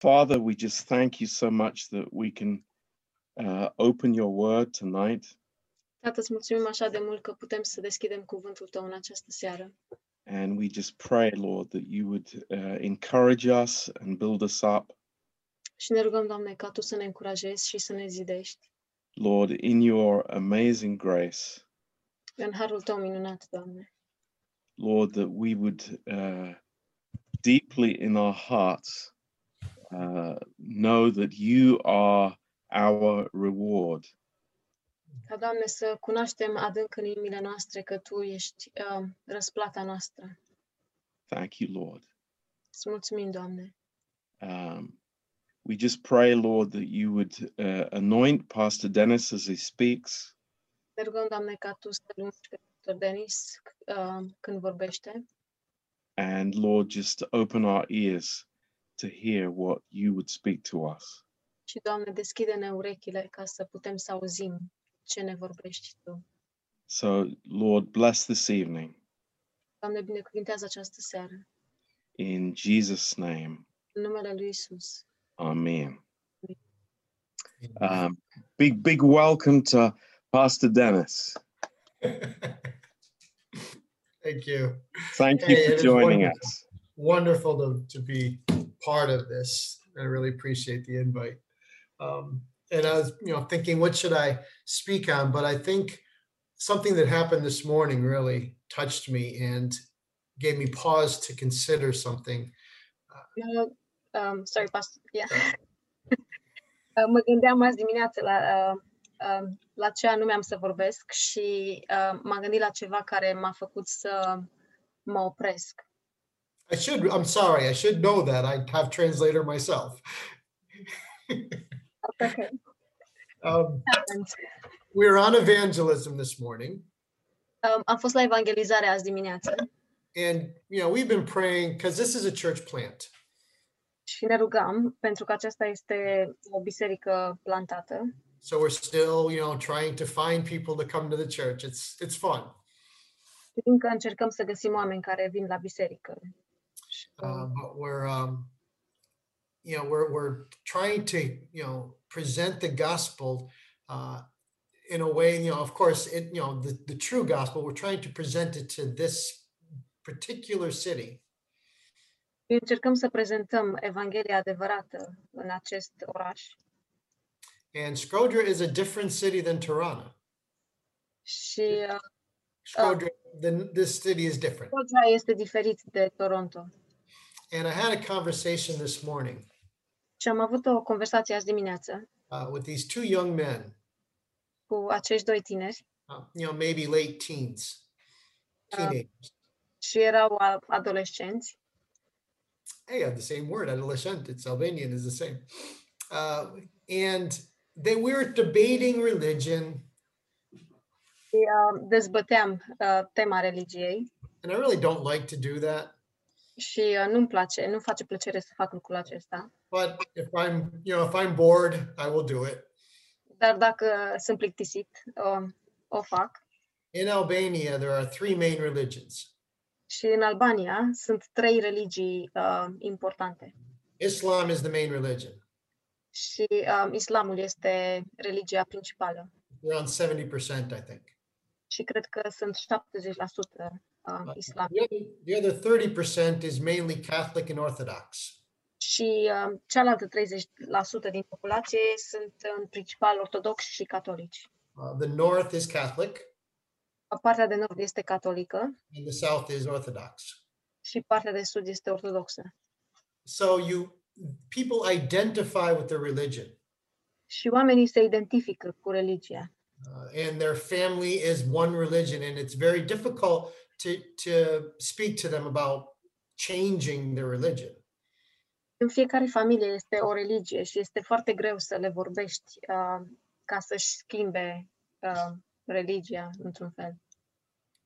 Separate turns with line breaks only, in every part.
Father, we just thank you so much that we can uh, open your word tonight.
Tată, îți mulțumim așa de mult că putem să deschidem cuvântul tău în această seară.
And we just pray, Lord, that you would uh, encourage us and build us up,
Și ne rugăm, Doamne, ca tu să ne încurajezi și să ne zidești.
Lord, in your amazing grace.
În harul tău minunat, Doamne.
Lord, that we would uh, deeply in our hearts uh, know that you are our reward.
Ca, Doamne, să cunoaștem adânc în inimile noastre că tu ești uh, răsplata noastră.
Thank you, Lord.
Îți mulțumim, Doamne.
Um, we just pray, Lord, that you would uh, anoint Pastor Dennis as he speaks.
Ne rugăm, Doamne, ca tu să îl ungi pe Dr. Denis uh, când vorbește
And Lord, just open our ears to hear what you would speak to us.
și, Doamne, deschide-ne urechile ca să putem să auzim ce ne vorbești tu.
So, Lord, bless this evening
Doamne, binecuvintează această seară.
in Jesus' name.
În numele lui Isus.
Amen. Um, big, big welcome to Pastor Dennis.
Thank you.
Thank you
Hey,
for
it's
joining
wonderful.
us.
Wonderful to, to be part of this. I really appreciate the invite. Um, and I was, you know, thinking, what should I speak on? But I think something that happened this morning really touched me and gave me pause to consider something.
Eu, um, sorry, pastor. Yeah. Uh, mă gândeam azi dimineață la, uh, uh, la ce anume am să vorbesc și uh, m-am gândit la ceva care m-a făcut să mă opresc.
I should, I'm sorry, I should know that. I have translator myself.
Okay.
Um, we're on evangelism this morning.
Um, am fost la evangelizare azi dimineață
And, you know, we've been praying because this is a church plant.
și ne rugam, pentru că aceasta este o biserică plantată,
so we're still you know trying to find people to come to the church it's it's fun
și încă încercăm să găsim oameni care vin la biserică. Și,
uh,
um,
but we're um you know we're we're trying to you know present the gospel uh in a way you know of course it you know the, the true gospel we're trying to present it to this particular city
Încercăm să prezentăm Evanghelia adevărată în acest oraș
and Skodra is a different city than Tirana
și uh,
Skodra then this city is different
Scotia este diferit de Toronto.
and I had a conversation this morning
Și am avut o conversație azi dimineață
uh, with these two young men
cu acești doi tineri
uh, you know maybe late teens
Uh,
teenage
și erau a- adolescenți
hey, I have the same word, adolescent, it's Albanian is the same. Uh, and they were debating religion,
și uh, dezbăteam uh, tema religiei
and I really don't like to do that.
și uh, nu-mi place, nu face plăcere să fac lucrul acesta.
But if I'm, you know, if I'm bored, I will do it.
Dar dacă sunt plictisit, uh, o fac.
In Albania, there are three main religions:
Și în Albania sunt trei religii uh, importante
Islam is the main religion.
și uh, islamul este religia principală
Around seventy percent, I think.
și cred că sunt 70% uh, islam.
The other, the other thirty percent is mainly Catholic and Orthodox.
și uh, cealaltă 30% din populație sunt în principal ortodoxi și catolici.
Uh, the north is Catholic,
Partea de nord este catolică
and the south is Orthodox.
și partea de sud este ortodoxă.
So you people identify with their religion.
Și oamenii se identifică cu religia
uh, and their family is one religion and it's very difficult to to speak to them about changing their religion
În fiecare familie este o religie și este foarte greu să le vorbești uh, ca să-și schimbe uh, religia într-un fel.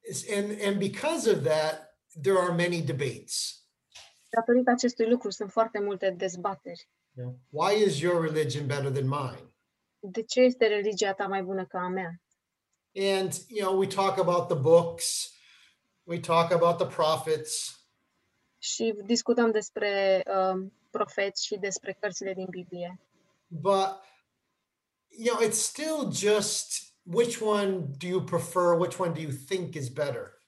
It's- and and because of that there are many debates
Datorită acestui lucru sunt foarte multe dezbateri.
you know, why is your religion better than mine
De ce este religia ta mai bună ca a mea?
and you know we talk about the books we talk about the prophets
și discutăm despre um, profeți și despre cărțile din Biblie.
but you know, it's still just which one do you prefer? Which one do you think is better?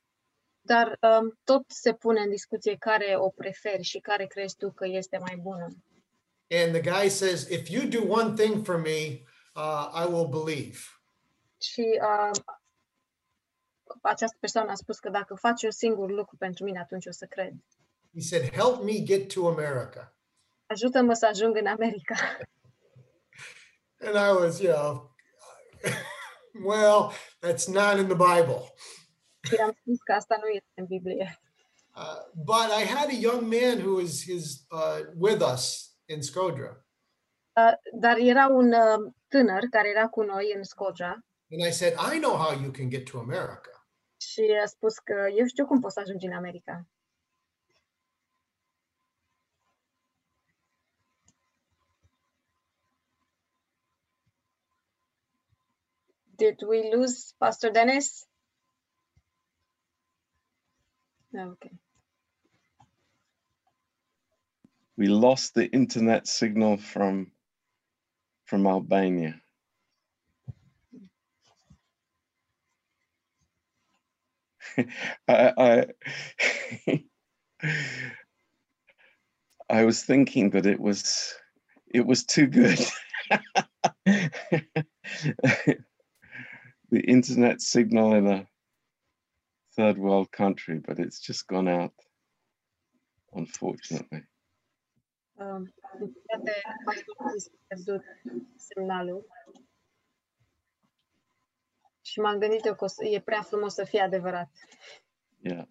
Dar um, tot se pune în discuție care o preferi și care crezi tu că este mai bună.
And the guy says, if you do one thing for me, uh, I will believe.
Și um, această persoană a spus că dacă faci un singur lucru pentru mine, atunci o să cred.
He said, help me get to America.
Ajută-mă să ajung în America.
And I was, you know, well, that's not in the Bible.
Și am spus că asta nu este în Biblie.
Uh, but I had a young man who was his, uh, with us in Skodra.
Uh, dar era un uh, tânăr care era cu noi în Scotia
And I said, I know how you can get to America.
și a spus că eu știu cum poți să ajungi în America. Did we lose Pastor Dennis? No, Okay.
We lost the internet signal from from Albania. I, I, I was thinking that it was it was too good. the internet signal in a third world country, but it's just gone out, unfortunately.
Um, din păcate, Pastor Dennis a pierdut semnalul. Și m-am gândit eu că o să- e prea frumos să fie adevărat.
Yeah.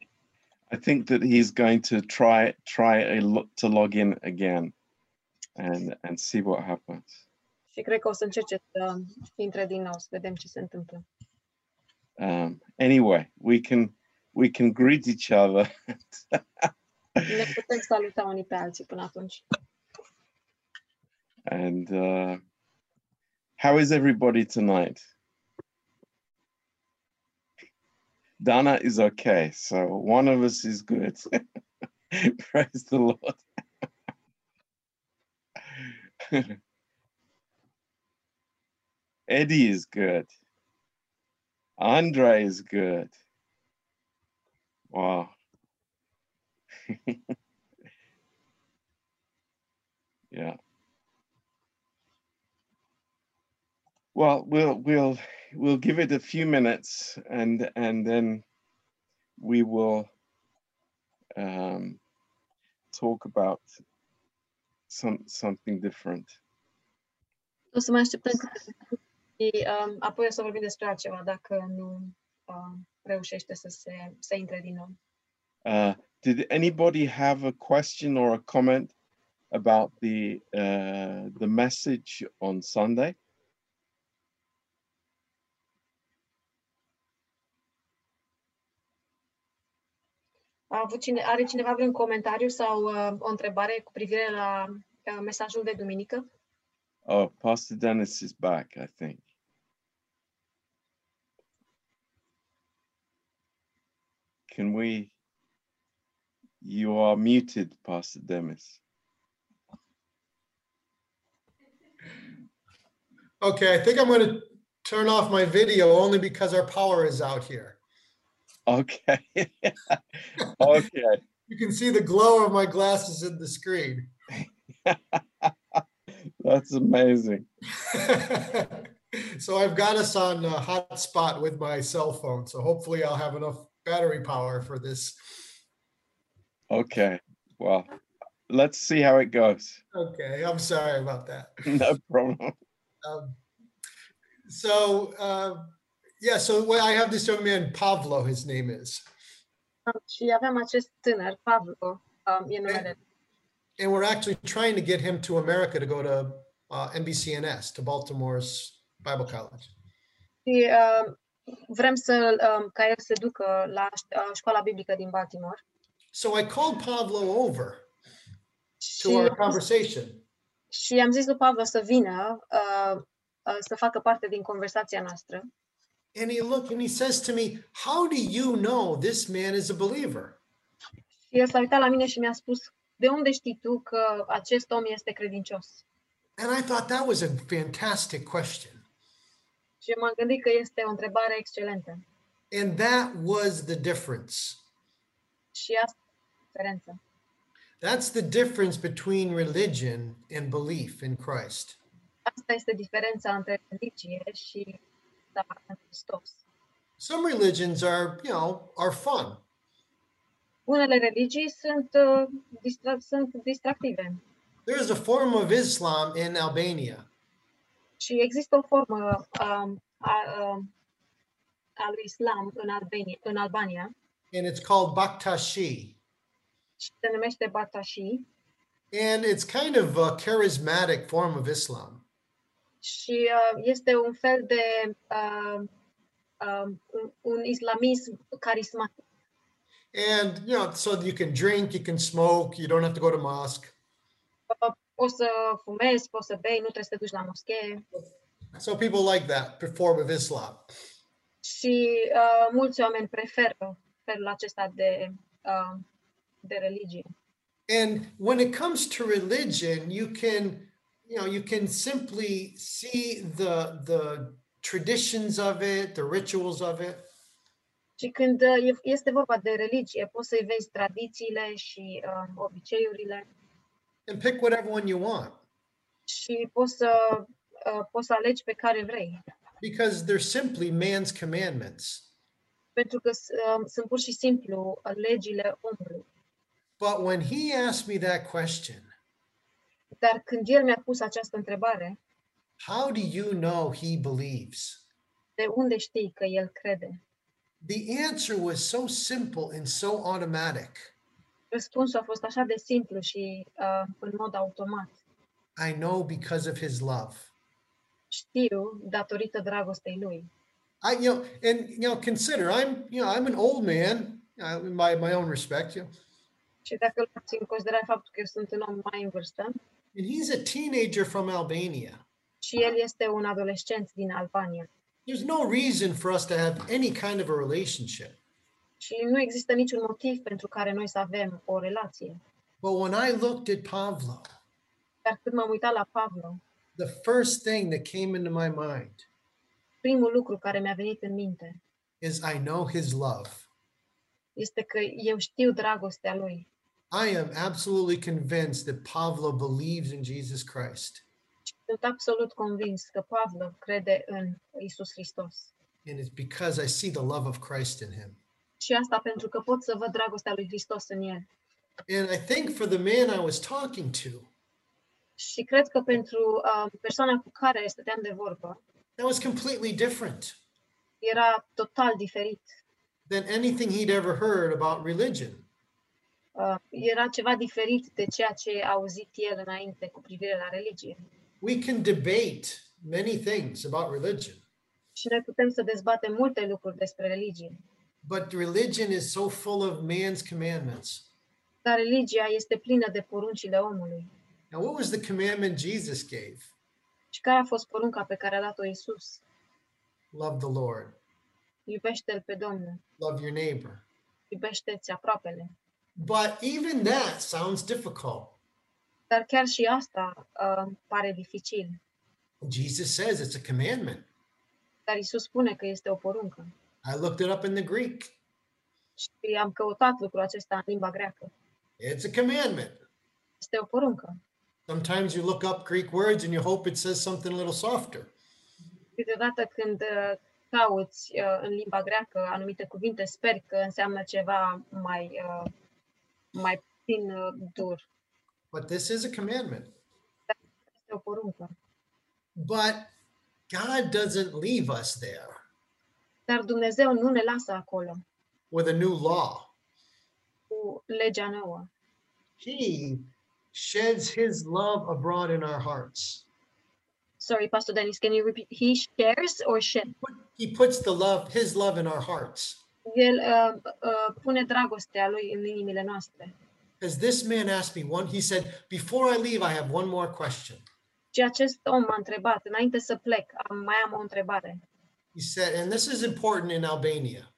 I think that he's going to try try a lot to log in again and and see what happens.
Și cred că o să încerce să intre din nou, să vedem ce se întâmplă.
Um, anyway, we can we can greet each other.
Ne putem saluta unii pe alții până atunci.
And uh, how is everybody tonight? Dana is okay, so one of us is good. Praise the Lord. Eddie is good. Andre is good. Wow. yeah. Well, we'll we'll we'll give it a few minutes and and then we will um, talk about some something different.
O să mai așteptăm câteva minute și um, apoi o să vorbim despre altceva dacă nu uh, reușește să, se, să intre din nou.
Uh, did anybody have a question or a comment about the uh, the message on Sunday?
A avut cine, are cineva vreun comentariu sau uh, o întrebare cu privire la uh, mesajul de duminică?
Oh, Pastor Dennis is back, I think. Can we? You are muted, Pastor Dennis.
Okay, I think I'm going to turn off my video only because our power is out here.
Okay. okay.
You can see the glow of my glasses in the screen.
That's amazing.
so I've got us on a hotspot with my cell phone. So hopefully I'll have enough battery power for this.
Okay. Well, let's see how it goes.
Okay, I'm sorry about that.
No problem.
Um, so uh, yeah, so well, I have this young man, Pablo, his name is,
Uh, Și aveam acest tânăr, Pavlo, uh, e numele.
and we're actually trying to get him to America to go to uh, NBCNS to Baltimore's Bible College.
Și uh, vrem să, um, ca el să se ducă la uh, școala biblică din Baltimore.
So I called Pablo over
Și,
to our conversation.
și am zis lui Pavlo să vină uh, uh, să facă parte din conversația noastră.
And he looked and he says to me, How do you know this man is a believer?
Și el s-a uitat la mine și mi-a spus, de unde știi tu că acest om este credincios?
And I thought that was a fantastic question.
Și m-am gândit că este o întrebare excelentă.
And that was the difference.
Și asta e diferența.
That's the difference between religion and belief in Christ.
Asta este diferența între religie și da, în Hristos.
Some religions are, you know, are fun.
Unele religii sunt, uh, distra- sunt distractive
There is a form of Islam in Albania.
și există o formă um, a, um, a lui Islam în, Albania, în Albania
and it's called Baktashi.
și se numește Batashi
And it's kind of a charismatic form of Islam.
și uh, este un fel de uh, um, un, un islamism carismatic.
And, you know, so you can drink, you can smoke, you don't have to go to mosque.
Uh, Poți să fumezi, poți să bei, nu trebuie să te duci la moschee.
So people like that form of Islam.
Și uh, mulți oameni preferă felul acesta de, uh, de religie.
And when it comes to religion, you can, you know, you can simply see the the traditions of it, the rituals of it.
Și când uh, e- este vorba de religie, poți să-i vezi tradițiile și uh, obiceiurile
And pick whatever one you want
și poți să, uh, poți să alegi pe care vrei.
because they're simply man's commandments.
Pentru că s- uh, sunt pur și simplu uh, legile omului.
But when he asked me that question,
Dar când el mi-a pus această întrebare,
How do you know he believes?
de unde știi că el crede?
The answer was so simple and so automatic.
Răspunsul a fost așa de simplu și uh, în mod automat.
I know because of his love.
Știu datorită dragostei lui.
I, you know, and you know, consider I'm, you know, I'm an old man. I, in my my own respect, you know,
Și dacă luați în considerare faptul că eu sunt un om mai în vârstă
and he's a teenager from Albania.
și el este un adolescent din Albania
There's no reason for us to have any kind of a relationship.
și nu există niciun motiv pentru care noi să avem o relație.
But when I looked at Pablo,
Dar când m-am uitat la Pavlo,
the first thing that came into my mind
primul lucru care mi-a venit în minte
is I know his love.
este că eu știu dragostea lui
I am absolutely convinced that Pablo believes in Jesus Christ.
și sunt absolut convins că Pavlo crede în Isus Hristos.
And it's because I see the love of Christ in him.
Și asta pentru că pot să văd dragostea lui Hristos în el.
And I think for the man I was talking to,
Și cred că pentru uh, persoana cu care stăteam de vorbă,
that was completely different
era total diferit.
than anything he'd ever heard about religion.
Uh, era ceva diferit de ceea ce a auzit el înainte cu privire la religie.
We can debate many things about religion,
Și noi putem să dezbatem multe lucruri despre religie,
but religion is so full of man's commandments.
dar religia este plină de poruncile omului.
Now, what was the commandment Jesus gave?
Și care a fost porunca pe care a dat-o Isus?
Love the Lord,
Iubește-L pe Domnul,
love your neighbor.
iubește-ți aproapele.
But even that sounds difficult.
Dar chiar și asta uh, pare dificil.
Jesus says it's a commandment.
Dar Isus spune că este o poruncă.
I looked it up in the Greek.
Și am căutat lucrul acesta în limba greacă.
It's a commandment.
Este o poruncă.
Sometimes you look up Greek words and you hope it says something a little softer.
Câteodată când uh, cauți uh, în limba greacă anumite cuvinte, sper că înseamnă ceva mai, uh, mai puțin uh, dur.
But this is a commandment.
Este o poruncă.
But God doesn't leave us there
Dar Dumnezeu nu ne lasă acolo
with a new law.
cu legea nouă.
He sheds his love abroad in our hearts.
Sorry, Pastor Dennis, can you repeat? He shares or shed?
He puts the love, his love in our hearts.
El uh, uh, pune dragostea lui în inimile noastre.
As this man asked me one, he said, Before I leave, I have one more question.
Și acest om m-a întrebat, înainte să plec, am, mai am o întrebare.
He said, and this is important in Albania.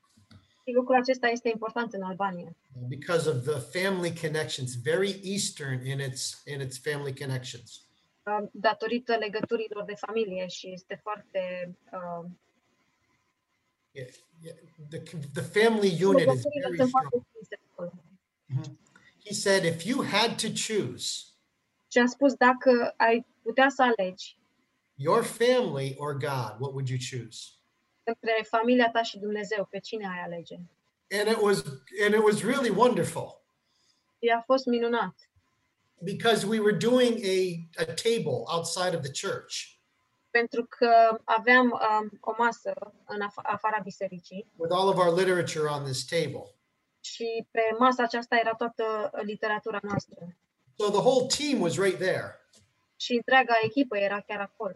Și lucrul acesta este important în Albania.
because of the family connections, very Eastern in its, in its family connections.
um, datorită legăturilor de familie și este foarte... um,
Yeah, The, the family unit is
legăturile
very
sunt
strong.
foarte strânse acolo.
He said, if you had to choose
Și am spus, dacă ai putea să alegi
your family or God, what would you choose?
între familia ta și Dumnezeu, pe cine ai alege?
And it was, and it was really wonderful
Și a fost minunat,
because we were doing a, a table outside of the church
pentru că aveam um, o masă în af- afara bisericii
with all of our literature on this table.
și pe masa aceasta era toată literatura noastră.
So the whole team was right there.
Și întreaga echipă era chiar acolo.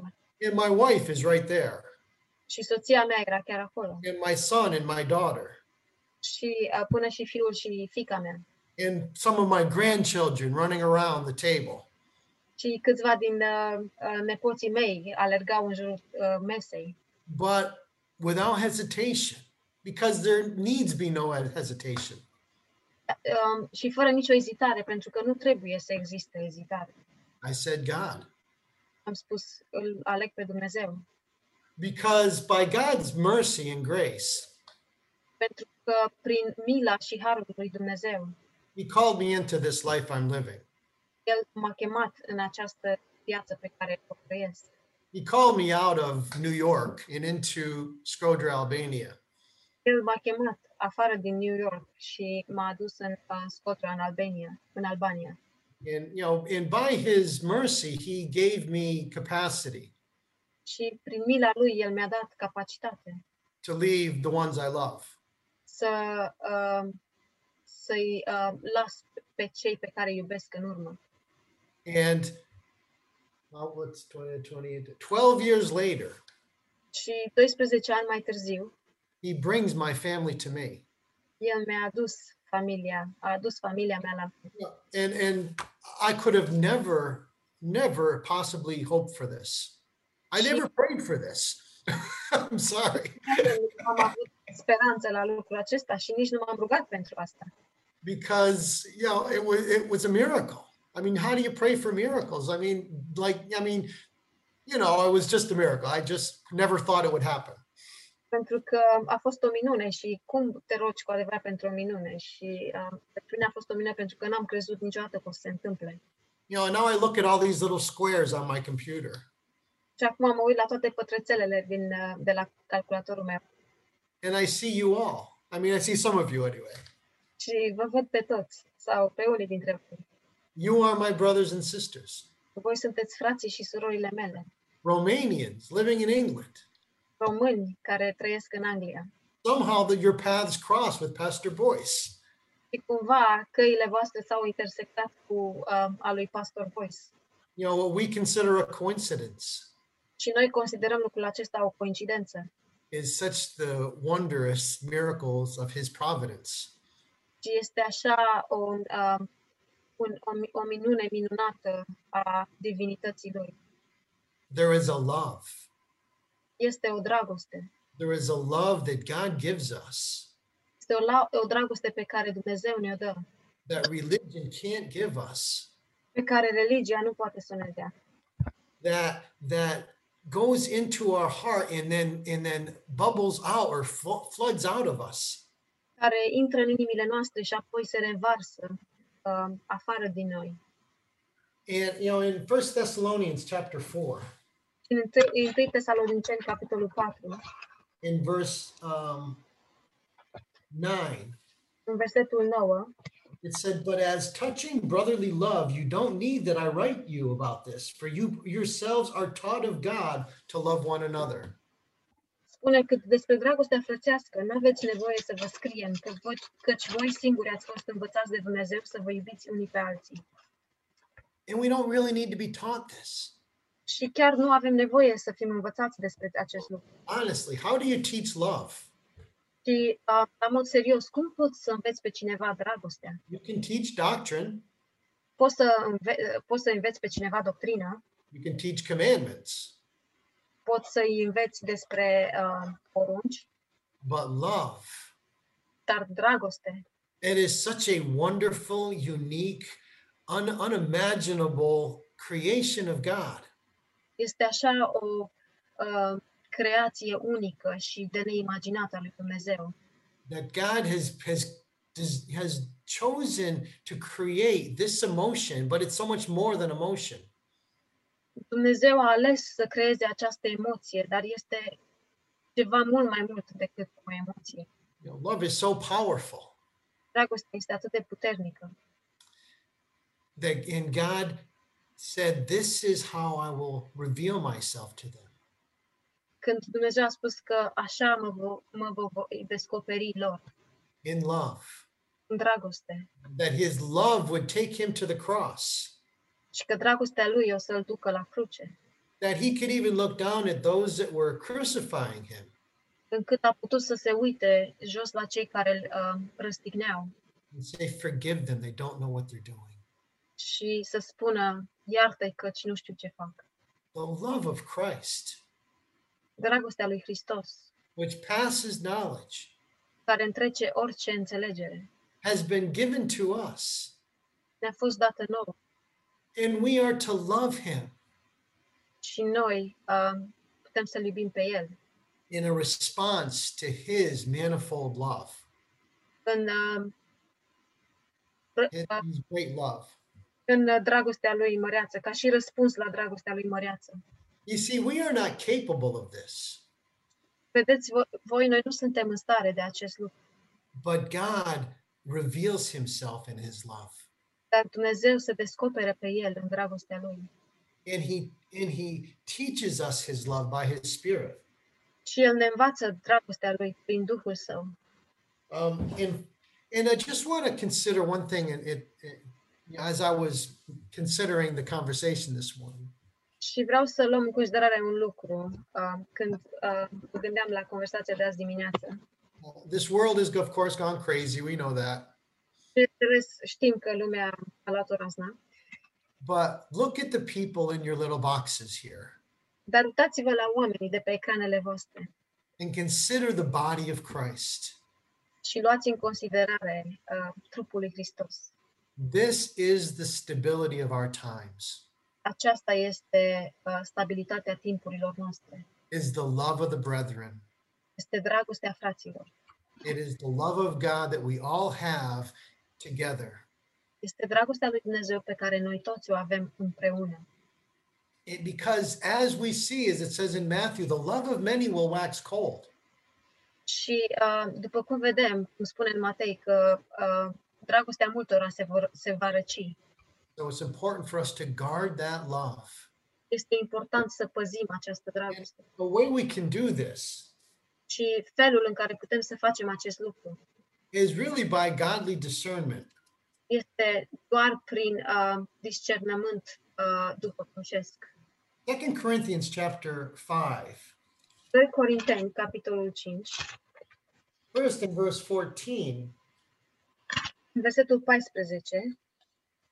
And my wife is right there.
Și soția mea era chiar acolo.
And my son and my daughter.
Și uh, până și fiul și fica mea.
and some of my grandchildren running around the table.
și câțiva din uh, uh, nepoții mei alergau în jurul uh, mesei.
But without hesitation, because there needs be no hesitation.
Um, și fără nicio ezitare, pentru că nu trebuie să existe ezitare.
I said, God,
Am spus, îl aleg pe Dumnezeu.
because by God's mercy and grace,
Pentru că prin mila și harul lui Dumnezeu,
He called me into this life I'm living.
El m-a chemat în această viață pe care o trăiesc.
He called me out of New York and into Skodra, Albania.
El m-a chemat afară din New York și m-a adus în uh, Scotra, în Albania, în Albania.
And, you know, and by His mercy, He gave me capacity
Și prin mila lui, El mi-a dat capacitate
to leave the ones I love.
să uh, să-i uh, las pe cei pe care îi iubesc în urmă.
And well, what's 20, 20, 12 years later,
Și 12 ani mai târziu,
he brings my family to me.
el mi-a adus familia, a adus familia mea la mine.
And and I could have never, never possibly hoped for this. I never prayed for this. I'm sorry.
Nu am avut speranță la lucrul acesta și nici nu m-am rugat pentru asta.
Because you know, it was it was a miracle. I mean, how do you pray for miracles? I mean, like, I mean, you know, it was just a miracle. I just never thought it would happen.
Pentru că a fost o minune și cum te rogi cu adevărat pentru o minune? Și uh, pentru mine a fost o minune pentru că n-am crezut niciodată că o să se întâmple.
You know, and now I look at all these little squares on my computer.
Și acum mă uit la toate pătrățelele din, uh, de la calculatorul meu
and I see you all. I mean, I see some of you anyway.
și vă văd pe toți sau pe unii dintre voi.
You are my brothers and sisters,
Voi sunteți frații și surorile mele,
Romanians living in England.
români care trăiesc în Anglia.
Somehow that your paths cross with Pastor Boyce.
Și cumva căile voastre s-au intersectat cu uh, a lui Pastor Boyce.
You know, what we consider a coincidence
Și noi considerăm lucrul acesta o coincidență.
is such the wondrous miracles of his providence.
Și este așa un, uh, un, o, mi- o minune minunată a divinității lui.
There is a love.
Este o dragoste.
There is a love that God gives us
Este o, la, o dragoste pe care Dumnezeu ne-o dă,
that religion can't give us.
pe care religia nu poate să ne dea.
that that goes into our heart and then and then bubbles out or flo- floods out of us
Care intră în inimile noastre și apoi se revarsă uh, afară din noi.
and you know in first thessalonians chapter 4
În 1 Tesaloniceni, capitolul 4,
in verse um, 9
în versetul 9,
it said but as touching brotherly love you don't need that i write you about this for you yourselves are taught of god to love one another
spune că despre dragostea frățească nu aveți nevoie să vă scriem, că voi, căci voi singuri ați fost învățați de Dumnezeu să vă iubiți unii pe alții.
and we don't really need to be taught this
Și chiar nu avem nevoie să fim învățați despre acest lucru.
honestly how do you teach love
Și, uh, la mod serios, cum poți să înveți pe cineva dragostea?
you can teach doctrine
Poți să, înve- poți să înveți pe cineva doctrina,
you can teach commandments
poți să-i înveți despre uh, porunci,
But love
dar dragoste.
It is such a wonderful, unique, un- unimaginable creation of God.
Este așa o uh, creație unică și de neimaginată a lui Dumnezeu.
that God has has has chosen to create this emotion, but it's so much more than emotion.
Dumnezeu a ales să creeze această emoție, dar este ceva mult mai mult decât o emoție.
You know, love is so powerful
Dragostea este atât de puternică.
that and God said, This is how I will reveal myself to them.
Când Dumnezeu a spus că așa mă, vo- mă vă voi descoperi lor,
In love.
în dragoste,
That his love would take him to the cross.
și că dragostea lui o să-l ducă la cruce,
That he could even look down at those that were crucifying him.
încât a putut să se uite jos la cei care îl uh, răstigneau
and say, Forgive them. They don't know what they're doing.
și să spună, iartă-i căci nu știu ce fac.
The love of Christ,
Dragostea lui Hristos,
which passes knowledge.
care întrece orice înțelegere,
has been given to us,
ne-a fost dată nouă
and we are to love him
și noi uh, putem să-L iubim pe El
in a response to his manifold love,
în, uh, ră-
his
uh,
his great love.
în uh, dragostea Lui Măreață, ca și răspuns la dragostea Lui Măreață.
You see, we are not capable of this,
Vedeți, vo- voi, noi nu suntem în stare de acest lucru,
but God reveals himself in his love.
dar Dumnezeu se descopere pe El în dragostea Lui
And he and he teaches us his love by his spirit.
și El ne învață dragostea Lui prin Duhul Său.
Um, and and I just want to consider one thing and it, it as I was considering the conversation this morning.
Și vreau să luăm în considerare un lucru uh, când uh, mă gândeam la conversația de azi dimineață.
uh, This world is of course gone crazy. We know that.
Bineînțeles, știm că lumea a luat o razna,
But look at the people in your little boxes here
dar uitați-vă la oamenii de pe ecranele voastre
and consider the body of Christ.
și luați în considerare uh, trupul lui Hristos.
This is the stability of our times
Aceasta este uh, stabilitatea timpurilor noastre.
is the love of the brethren.
Este dragostea fraților.
It is the love of God that we all have together.
Este dragostea lui Dumnezeu pe care noi toți o avem împreună.
It, because as we see, as it says in Matthew, the love of many will wax cold.
Și uh, după cum vedem, cum spune în Matei, că uh, dragostea multora se, vor, se va răci.
So it's important for us to guard that love.
Este important să păzim această dragoste.
The way we can do this
Și felul în care putem să facem acest lucru
is really by godly discernment.
este doar prin uh, discernământ uh, după crucesc.
Second Corinthians chapter 5.
2 Corinteni, capitolul 5,
First, in verse 14,
versetul 14,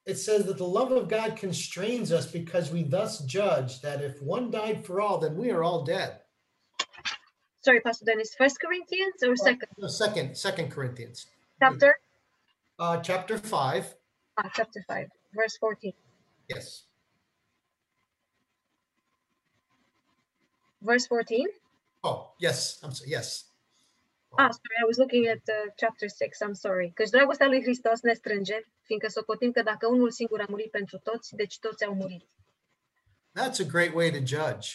it says that the love of God constrains us because we thus judge that if one died for all, then we are all dead.
sorry, Pastor Dennis, First Corinthians or second
No, second, second Corinthians,
chapter?
uh, chapter five.
Ah, chapter 5, verse 14.
Yes.
Verse 14?
Oh, yes. I'm sorry. Yes.
Ah, sorry, I was looking at uh, chapter 6, I'm sorry. Căci dragostea lui Hristos ne strânge, fiindcă socotim că dacă unul singur a murit pentru toți, deci toți au murit.
That's a great way to judge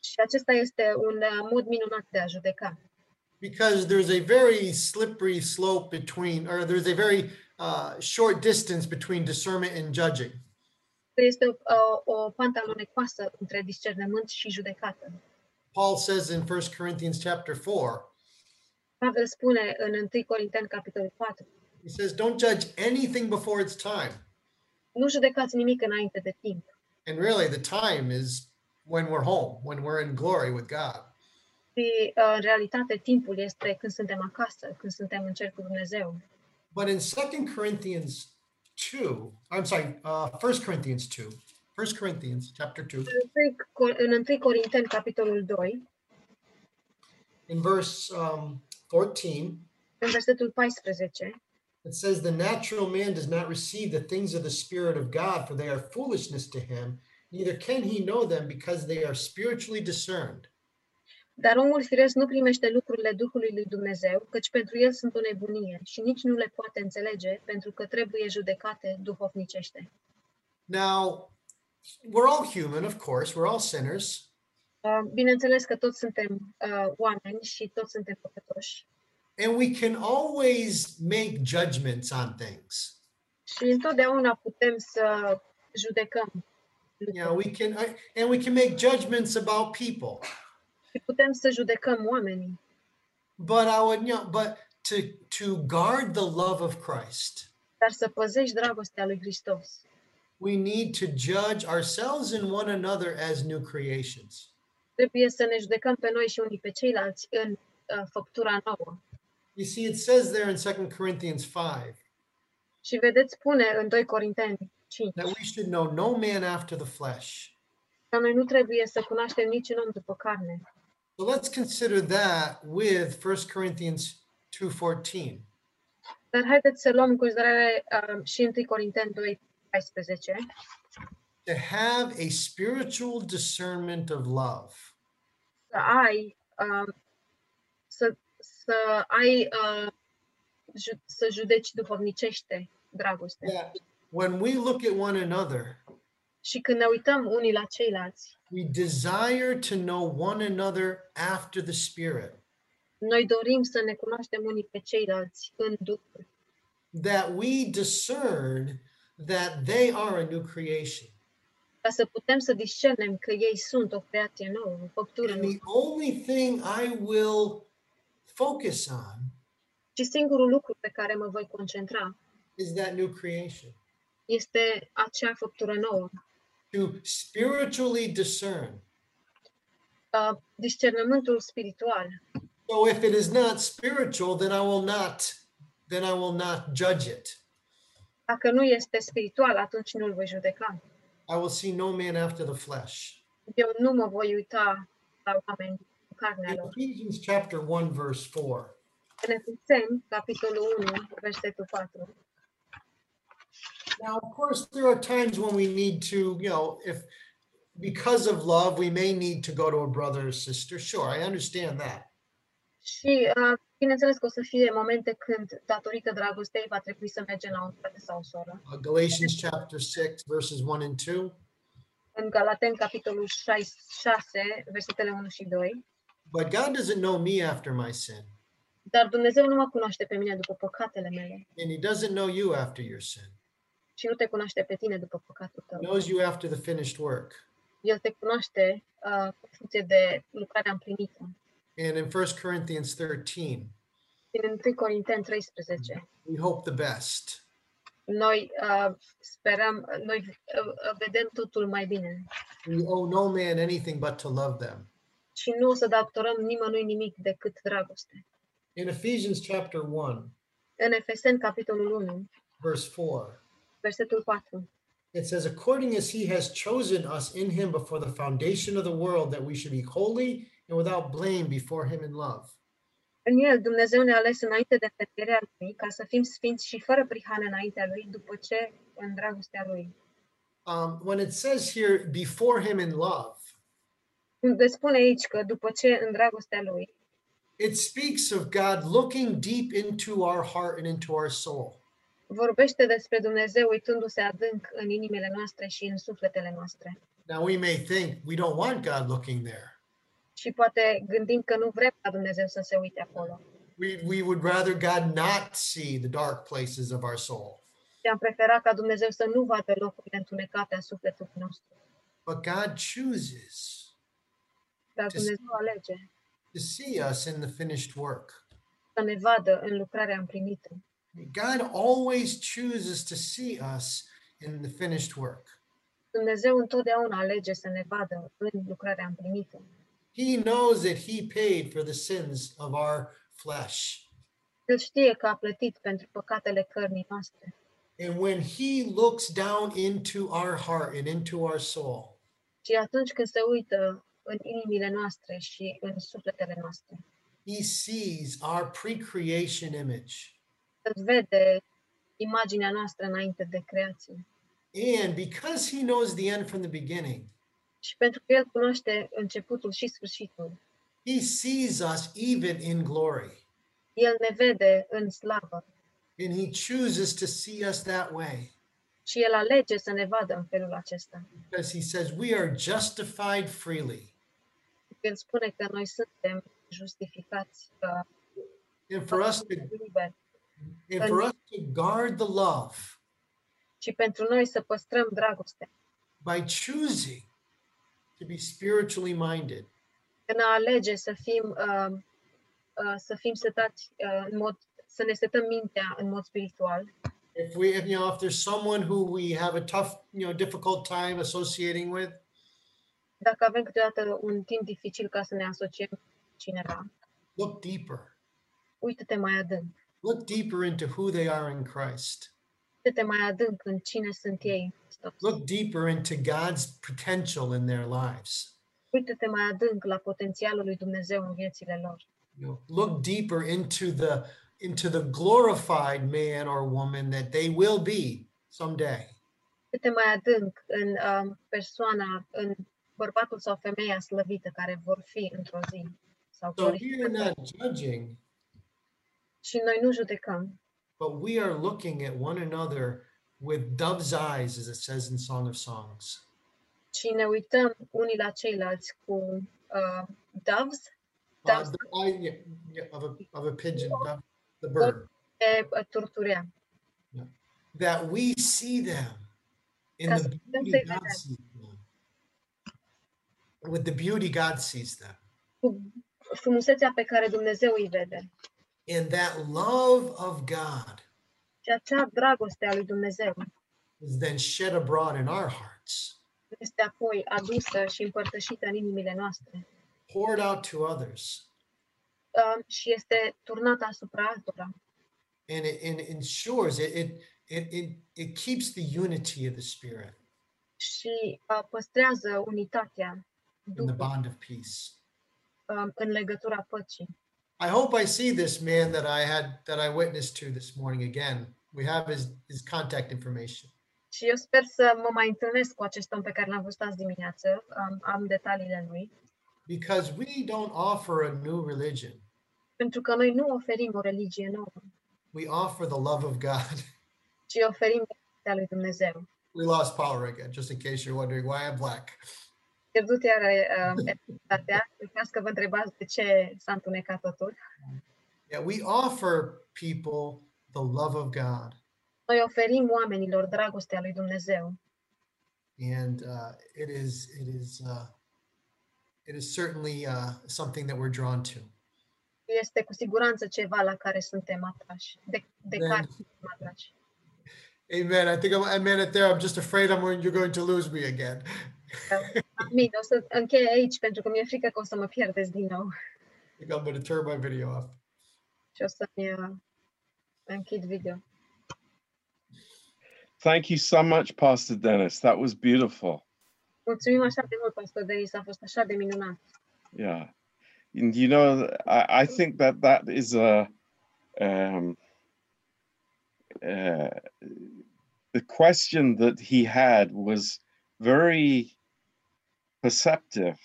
Și acesta este un uh, mod minunat de a judeca.
because there's a very slippery slope between, or there's a very uh, short distance between discernment and judging.
Că Este uh, o pantalonecoasă între discernământ și judecată.
Paul says in First Corinthians chapter 4,
Pavel spune în 1 Corinteni, capitolul 4,
he says, Don't judge anything before its time.
nu judecați nimic înainte de timp.
And really, the time is when we're home, when we're in glory with God.
Și, uh, în realitate, timpul este când suntem acasă, când suntem în cer cu Dumnezeu.
But in Second Corinthians 2, I'm sorry, uh, 1 Corinthians 2, 1 Corinthians chapter 2,
În 1 Cor- În 1 Corinteni, capitolul 2,
in verse um, 14,
în versetul 14,
It says, The natural man does not receive the things of the Spirit of God, for they are foolishness to him, neither can he know them because they are spiritually discerned.
dar omul firesc nu primește lucrurile Duhului lui Dumnezeu, căci pentru el sunt o nebunie și nici nu le poate înțelege, pentru că trebuie judecate duhovnicește.
Now, we're all human, of course, we're all sinners.
Uh, Bineînțeles că toți suntem uh, oameni și toți suntem păcătoși
And we can always make judgments on things.
și întotdeauna putem să judecăm
You know, we can, I- and we can make judgments about people.
și putem să judecăm oamenii.
But I would, you know, but to to guard the love of Christ,
Dar să păzești dragostea lui Hristos.
we need to judge ourselves and one another as new creations.
Trebuie să ne judecăm pe noi și unii pe ceilalți în uh, făptura nouă.
You see, it says there in Second Corinthians 5
Și vedeți, spune în 2 Corinteni 5,
that we should know no man after the flesh.
că noi nu trebuie să cunoaștem niciun om după carne.
So let's consider that with First Corinthians 2.14.
Dar haideți să luăm în considerare um, și 1 Corinteni 2, 14,
To have a spiritual discernment of love.
să ai, um, să, să ai, uh, ju- să judeci duhovnicește dragoste.
That when we look at one another,
Și când ne uităm unii la ceilalți,
we desire to know one another after the Spirit.
noi dorim să ne cunoaștem unii pe ceilalți în Duhul,
that we discern that they are a new creation.
ca să putem să discernem că ei sunt o creație nouă, o făptură
And
nouă.
the only thing I will focus on
Și singurul lucru pe care mă voi concentra
is that new creation
este acea făptură nouă.
to spiritually discern.
Uh, discernământul spiritual.
So if it is not spiritual, then I will not then I will not judge it.
Dacă nu este spiritual, atunci nu îl voi judeca.
I will see no man after the flesh.
Eu nu mă voi uita la oameni cu carnea
In
lor.
Ephesians chapter 1 verse 4.
În Efeseni, capitolul 1, versetul 4.
Now, of course, there are times when we need to, you know, if because of love, we may need to go to a brother or sister. Sure, I understand that.
Și uh, bineînțeles că o să fie momente când, datorită dragostei, va trebui să mergem la un frate sau o soră.
Uh, Galatians chapter 6, verses 1 and 2.
În Galaten, capitolul 6, 6, versetele 1 și 2.
But God doesn't know me after my sin,
Dar Dumnezeu nu mă cunoaște pe mine după păcatele mele
and He doesn't know you after your sin.
și nu te cunoaște pe tine după păcatul tău.
He knows you after the finished work.
El te cunoaște uh, în funcție de lucrarea împlinită.
And in 1 Corinthians 13,
Din 1 Corinteni 13,
we hope the best.
noi uh, sperăm, noi uh, vedem totul mai bine
We owe no man anything but to love them.
și nu o să datorăm nimănui nimic decât dragoste.
In Ephesians chapter 1,
În Efeseni, capitolul 1,
verse 4,
versetul 4,
It says, according as he has chosen us in him before the foundation of the world, that we should be holy and without blame before him in love.
în el Dumnezeu ne-a ales înainte de tăierea lui ca să fim sfinți și fără prihană înaintea lui după ce în dragostea lui.
Um, when it says here, before him in love,
Unde spune aici că după ce în dragostea lui,
it speaks of God looking deep into our heart and into our soul.
vorbește despre Dumnezeu uitându-se adânc în inimile noastre și în sufletele noastre.
Now, we may think we don't want God looking there.
Și poate gândim că nu vrem ca Dumnezeu să se uite acolo.
We, we would rather God not see the dark places of our soul.
Și am preferat ca Dumnezeu să nu vadă locurile întunecate a sufletului nostru.
But God chooses
Dar
Just-
Dumnezeu alege
to see us in the finished work.
să ne vadă în lucrarea împlinită.
God always chooses to see us in the finished work.
Dumnezeu întotdeauna alege să ne vadă în lucrarea împlinită.
He knows that He paid for the sins of our flesh.
El știe că a plătit pentru păcatele cărnii noastre.
And when He looks down into our heart and into our soul,
Și atunci când se uită în inimile noastre și în sufletele noastre,
he sees our pre-creation image.
Îți vede imaginea noastră înainte de creație.
And because he knows the end from the beginning,
Și pentru că El cunoaște începutul și sfârșitul,
he sees us even in glory.
El ne vede în slavă
And he chooses to see us that way
și El alege să ne vadă în felul acesta.
because he says we are justified freely.
El spune că noi suntem justificați uh,
And for us to
liber
and for us to guard the love
și pentru noi să păstrăm dragostea,
by choosing to be spiritually minded,
în a alege să fim, uh, uh, să fim setați uh, în mod, să ne setăm mintea în mod spiritual.
if we if you know if there's someone who we have a tough you know difficult time associating with
Dacă avem câteodată un timp dificil ca să ne asociem cu cineva,
look deeper
uită-te mai adânc,
look deeper into who they are in christ
uită-te mai adânc în cine sunt ei în Hristos.
look deeper into god's potential in their lives
Uită-te mai adânc la potențialul lui Dumnezeu în viețile lor.
you know look deeper into the into the glorified man or woman that they will be someday
Uită-te mai adânc în um, persoana, în bărbatul sau femeia slăvită care vor fi într-o zi. Sau
so
vor fi.
we are not judging
Și noi nu judecăm,
but we are looking at one another with dove's eyes as it says in song of songs
ci ne uităm unii la ceilalți cu uh, doves,
Uh,
Dove's-
the eye yeah, yeah, of a, of a pigeon dove, the bird
pe uh, turturea.
that we see them in
Ca să
the
putem
beauty
să-i
God
vedem.
sees them. With the beauty God sees them.
Cu frumusețea pe care Dumnezeu îi vede.
And that love of God
Și acea dragoste a lui Dumnezeu
is then shed abroad in our hearts,
este apoi adusă și împărtășită în inimile noastre
poured out to others,
uh, și este turnată asupra altora.
and it and it ensures it it it it, it keeps the unity of the spirit
și uh, păstrează unitatea
and the
după,
bond of peace.
um, în legătura păcii.
I hope I see this man that I had that I witnessed to this morning again. We have his his contact information.
Și eu sper să mă mai întâlnesc cu acest om pe care l-am văzut azi dimineață, um, am detaliile lui,
because we don't offer a new religion.
pentru că noi nu oferim o religie nouă,
We offer the love of God.
ci oferim dragostea lui Dumnezeu.
We lost power again, just in case you're wondering why I'm black.
Pierdut iar uh, eficacitatea, vreau că vă întrebați de ce s-a întunecat totul.
Yeah, we offer people the love of God.
Noi oferim oamenilor dragostea lui Dumnezeu
And uh, it is, it is, uh, it is certainly uh, something that we're drawn to.
și este cu siguranță ceva la care suntem atrași, de, de
Da.
care suntem atrași.
Amen. I think I'm, I meant it there. I'm just afraid I'm going- you're going to lose me again.
Amin, o să închei aici pentru că mi-e frică că o să mă pierdeți din nou
I think I'm going to turn my video off.
și o să-mi uh, închid video.
Thank you so much, Pastor Dennis. That was beautiful.
Mulțumim așa de mult, Pastor Denis, a fost așa de minunat.
Yeah. And you know, I, I think that that is a, um, uh, the question that he had was very perceptive.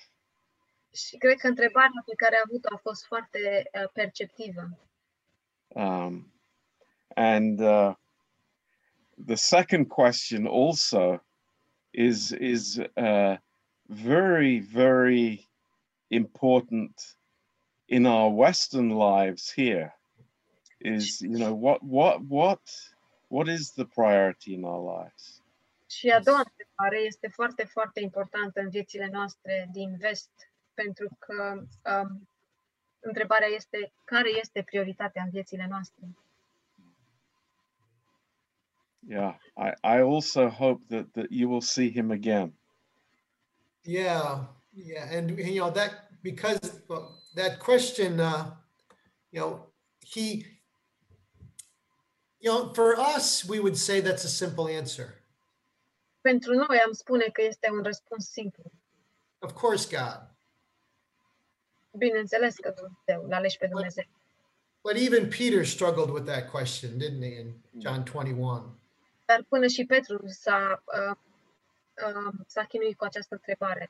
Și cred că întrebarea pe care a avut-o a fost foarte uh, perceptivă.
Um, and uh, the second question also is is uh, very very important in our Western lives here. Is you know what what what what is the priority in our lives?
Și a doua întrebare este foarte, foarte importantă în viețile noastre din vest, pentru că um, întrebarea este care este prioritatea în viețile noastre.
Yeah, I, I also hope that that you will see him again.
Yeah, yeah, and and, you know that because well, that question, uh, you know, he, you know, for us, we would say that's a simple answer.
Pentru noi am spune că este un răspuns simplu.
Of course, God.
Bineînțeles că Dumnezeu, îl alegi pe Dumnezeu.
But even Peter struggled with that question, didn't he, in John 21?
Dar până și Petru s-a, uh, uh, s-a chinuit cu această întrebare.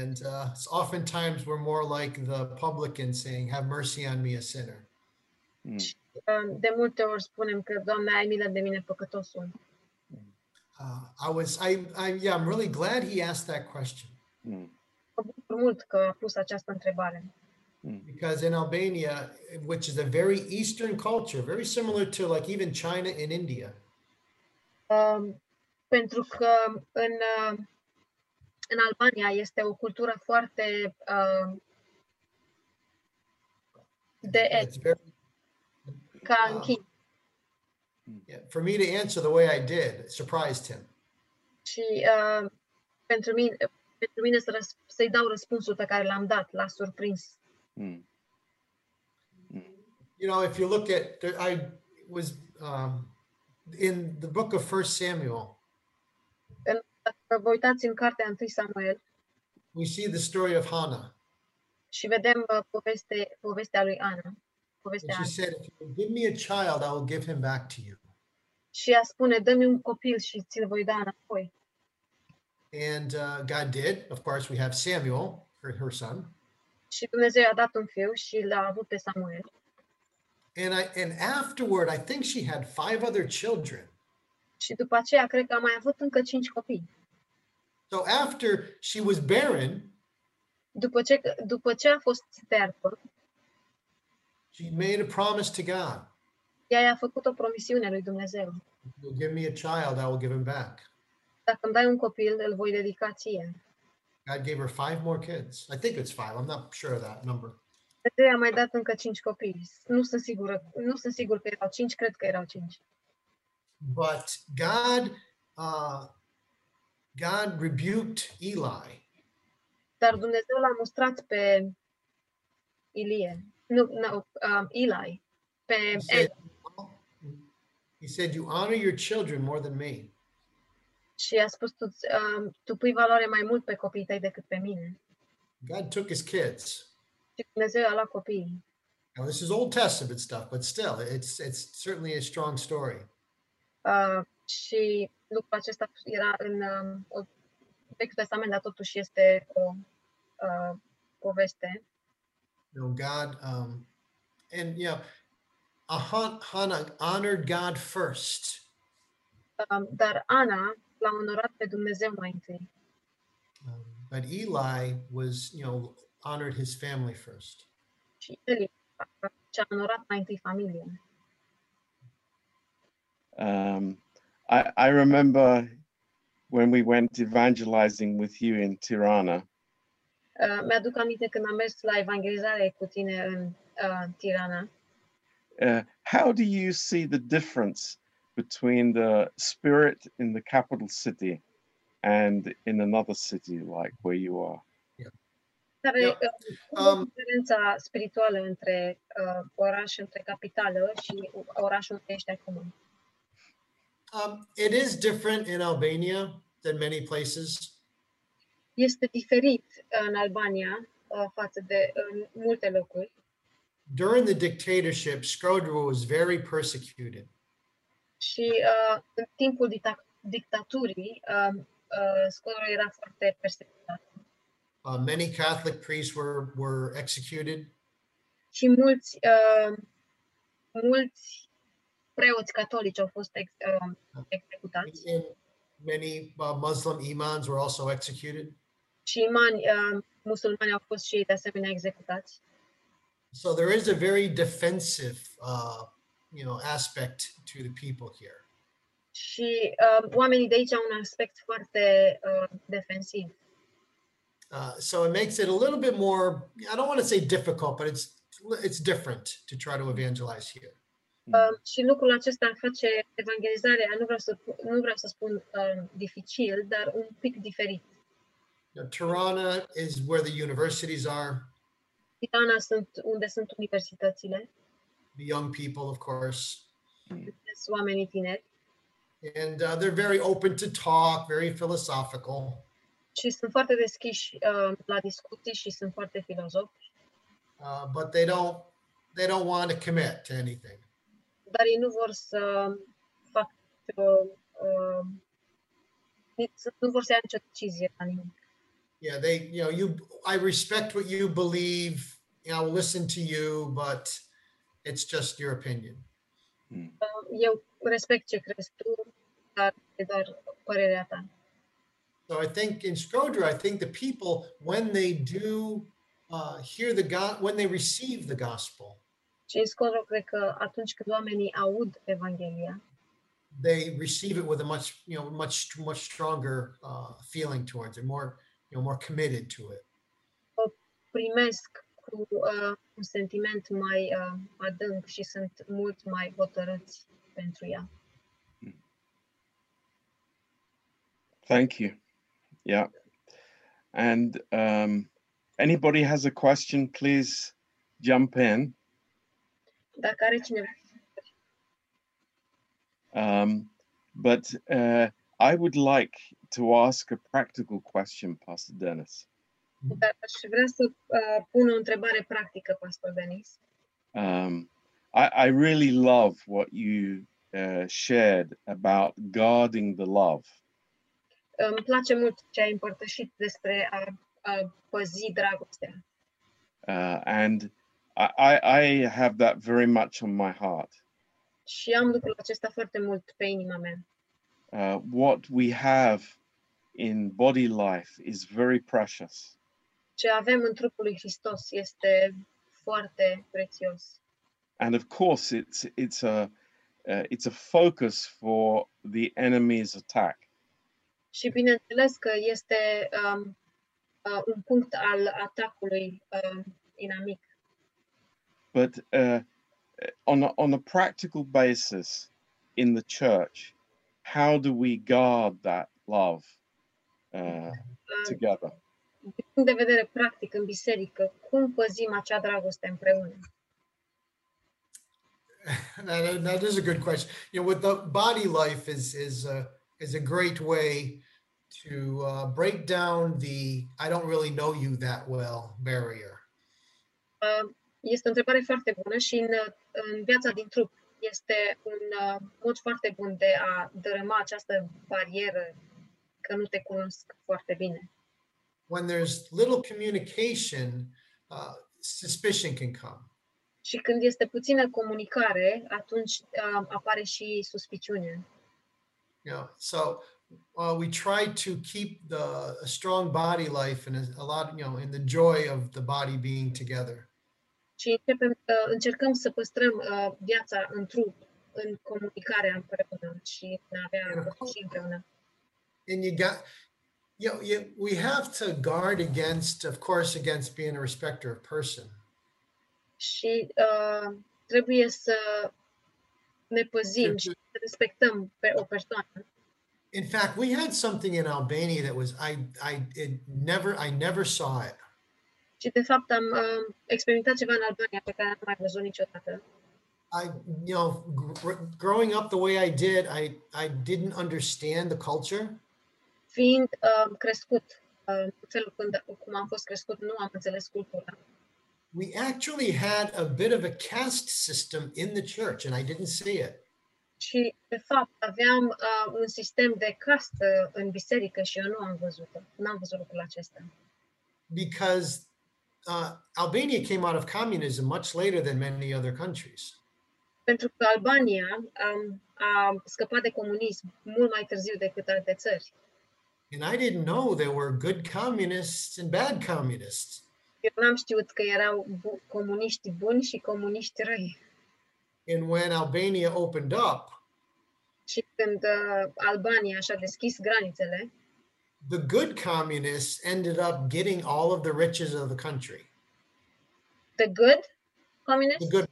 And uh, it's oftentimes we're more like the publican saying, Have mercy on me, a sinner.
Mm.
Uh, de multe ori spunem că, Doamne, ai milă de mine, păcătosul.
Uh, I was, I, I, yeah, I'm really glad he asked that question
Mm.
Mă bucur mult că a pus această întrebare.
because in Albania, which is a very Eastern culture, very similar to like even China and India,
Uh, pentru că în, uh, în Albania este o cultură foarte uh, de est,
it's very,
ca în
Ah.
China.
yeah, for me to answer the way I did it surprised him.
Și uh, pentru mine, pentru mine să răs- să-i dau răspunsul pe care l-am dat, l-a surprins.
Mm.
you know if you look at there- i was um, in the book of first samuel
Dacă vă uitați în cartea 1 Samuel
we see the story of hannah
și vedem uh, poveste, povestea lui Ana, povestea
and she
Ana.
said if you give me a child i will give him back to you
Și ea spune, dă-mi un copil și ți-l voi da înapoi.
and uh, god did of course we have samuel her, her son
Și Dumnezeu i-a dat un fiu și l-a avut pe Samuel.
and i and afterward i think she had five other children
Și după aceea, cred că a mai avut încă cinci copii.
so after she was barren
După ce, după ce a fost stearpă,
she made a promise to god
ea i-a făcut o promisiune lui Dumnezeu.
if you'll give me a child i will give him back
Dacă îmi dai un copil, îl voi dedica ție.
god gave her five more kids i think it's five i'm not sure of that number
Dumnezeu i-a mai dat încă cinci copii. Nu sunt sigură, nu sunt sigur că erau cinci, cred că erau cinci.
but God, uh, God rebuked Eli,
Dar Dumnezeu l-a mustrat pe Ilie, nu, nu um, Eli, pe
He
El
said, he said, "You honor your children more than me."
și a spus, tu, um, tu pui valoare mai mult pe copiii tăi decât pe mine.
God took his kids.
Și Dumnezeu i-a luat copiii.
Now this is Old Testament stuff, but still, it's it's certainly a strong story.
Uh, și lucrul acesta era în um, o- Vechiul Testament, dar totuși este o uh, poveste.
You know, God, um, and you know, Ahan- Hannah honored God first,
Um, dar Ana l-a onorat pe Dumnezeu mai întâi.
um, but Eli was, you know, honored his family first.
Și el și-a onorat mai întâi familia.
Um, I, I remember when we went evangelizing with you in Tirana,
Uh, mi-aduc aminte când am mers la evangelizare cu tine în uh, Tirana.
uh, how do you see the difference between the spirit in the capital city and in another city like where you are?
Care,
Eu-
uh, cum um,
am-
diferența spirituală între uh, oraș, între capitală și orașul unde ești acum?
Um, it is different in Albania than many places.
Este diferit în Albania uh, față de în multe locuri.
During the dictatorship, Skrodra was very persecuted.
Și uh, în timpul dicta- dictaturii, uh, uh, Scoro era foarte persecutat.
Uh, many Catholic priests were, were executed.
Și mulți, uh, mulți preoți catolici au fost ex, uh, executați
And many uh, Muslim imams were also executed.
și imani uh, musulmani au fost și ei de asemenea executați.
So there is a very defensive, uh, you know, aspect to the people here.
Și uh, oamenii de aici au un aspect foarte uh, defensiv.
Uh, so it makes it a little bit more, I don't want to say difficult, but it's, it's different to try to evangelize here.
Uh, și lucrul acesta face evangelizarea, nu vreau să, nu vreau să spun uh, dificil, dar un pic diferit.
You know, Tirana is where the universities are.
Tirana sunt unde sunt universitățile,
the young people, of course.
sunt oamenii tineri
And uh, they're very open to talk, very philosophical.
și sunt foarte deschiși uh, la discuții și sunt foarte filozofi,
uh, but they don't they don't want to commit to anything.
dar ei nu vor să fac uh, uh, nici- nu vor să ia nicio decizie la nimic.
Yeah, they you know you I respect what you believe. You know, I'll listen to you, but it's just your opinion.
Uh, Eu respect ce crezi tu, dar e doar părerea ta.
So I think in Scoder, I think the people, when they do uh, hear the God, when they receive the gospel,
Și scolo, cred că atunci când oamenii aud Evanghelia,
they receive it with a much, you know, much, much stronger uh, feeling towards it, more, you know, more committed to it.
primesc cu uh, un sentiment mai uh, adânc și sunt mult mai hotărâți pentru ea.
Thank you. Yeah. And um, anybody has a question, please jump in.
Dacă are cineva,
Um, but uh, I would like to ask a practical question, Pastor Dennis.
dar aș vrea să uh, pun o întrebare practică, Pastor Denis.
Um, I, I really love what you uh, shared about guarding the love.
Îmi place mult ce ai împărtășit despre a, a păzi dragostea.
Uh, and I, I, I have that very much on my heart.
Și am lucrul acesta foarte mult pe inima mea.
Uh, what we have in body life is very precious.
Ce avem în trupul lui Hristos este foarte prețios.
And of course, it's, it's, a, uh, it's a focus for the enemy's attack.
Și bineînțeles că este um, uh, un punct al atacului um, inamic.
but uh, on a, on a practical basis in the church, how do we guard that love uh,
Uh,
together?
din punct de vedere practic în biserică, cum păzim acea dragoste împreună?
That, that is a good question. You know, with the body life is is a is a great way to uh, break down the I don't really know you that well barrier.
Uh, Este o întrebare foarte bună și în, uh, în viața din trup este un uh, mod foarte bun de a dărâma această barieră că nu te cunosc foarte bine.
when there's little communication, uh, suspicion can come.
Și când este puțină comunicare, atunci uh, apare și suspiciunea.
You know, so uh, we try to keep the a strong body life and a lot, you know, in the joy of the body being together.
Și începem, uh, încercăm să păstrăm uh, viața în trup, în comunicarea împreună și în a avea
Bine.
și împreună.
And you got, you know, you, we have to guard against, of course, against being a respecter of person.
și uh, trebuie să ne păzim
Mhm.
și să respectăm pe o persoană.
In fact, we had something in Albania that was I I it never I never saw it.
Și de fapt am uh, experimentat ceva în Albania pe care n-am mai văzut niciodată.
I, you know, gr- growing up the way I did, I I didn't understand the culture.
Fiind uh, crescut, uh, în felul când, cum am fost crescut, nu am înțeles cultura.
we actually had a bit of a caste system in the church and i didn't see it
Și, de fapt, aveam uh, un sistem de castă în biserică și eu nu am văzut N-am văzut lucrul acesta.
because uh, albania came out of communism much later than many other countries
Pentru că Albania um, a scăpat de comunism mult mai târziu decât alte țări.
and i didn't know there were good communists and bad communists
Eu n-am știut că erau bu- comuniști buni și comuniști răi.
and when albania opened up
Și când uh, Albania și-a deschis granițele,
the good communists ended up getting all of the riches of the country
the good
the
communists
good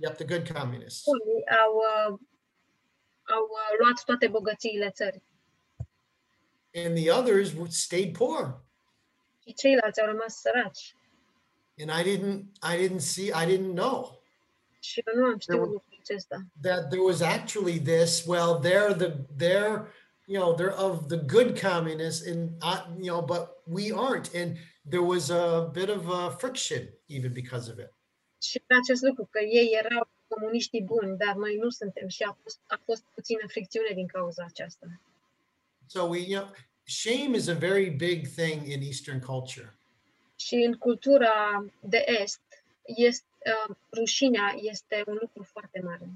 yep the good communists
bunii au, uh, au uh, luat toate bogățiile țării.
and the others were- stayed poor
Și ceilalți au rămas săraci.
and i didn't i didn't see i didn't know
Și eu nu am știut
Rău.
lucrul acesta.
that there was actually this well they're the they're you know, they're of the good communists and, uh, you know, but we aren't. And there was a bit of uh, friction even because of it.
Și pe acest lucru, că ei erau comuniștii buni, dar noi nu suntem și a fost, a fost puțină fricțiune din cauza aceasta.
So we, you know, shame is a very big thing in Eastern culture.
Și în cultura de est, este, uh, rușinea este un lucru foarte mare.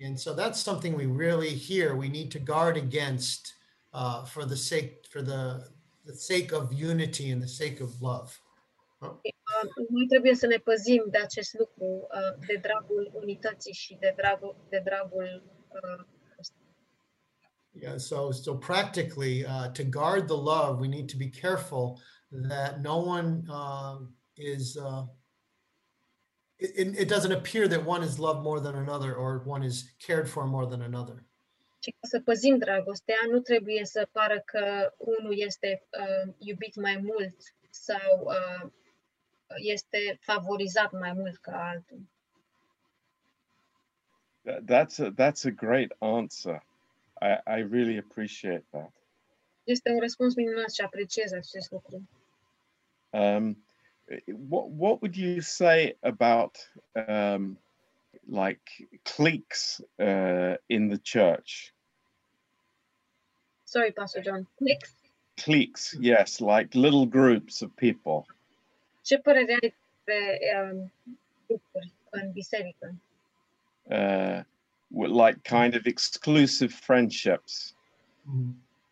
And so that's something we really here we need to guard against uh, for the sake for the the sake of unity and the sake of love.
Uh, Noi trebuie să ne păzim de acest lucru, uh, de dragul unității și de dragul, de dragul uh,
Yeah, so so practically uh, to guard the love, we need to be careful that no one uh, is. Uh, it, it- it doesn't appear that one is loved more than another or one is cared for more than another.
și ca să păzim dragostea, nu trebuie să pară că unul este uh, iubit mai mult sau uh, este favorizat mai mult ca altul.
Th- That's a, that's a great answer. I, I really appreciate that.
Este un răspuns minunat și apreciez acest lucru.
Um, i- what what would you say about um, like cliques uh, in the church?
Sorry, Pastor John. Next.
Cliques, yes, like little groups of people.
Ce părere ai despre um, grupuri în biserică?
uh, w- like kind of exclusive friendships.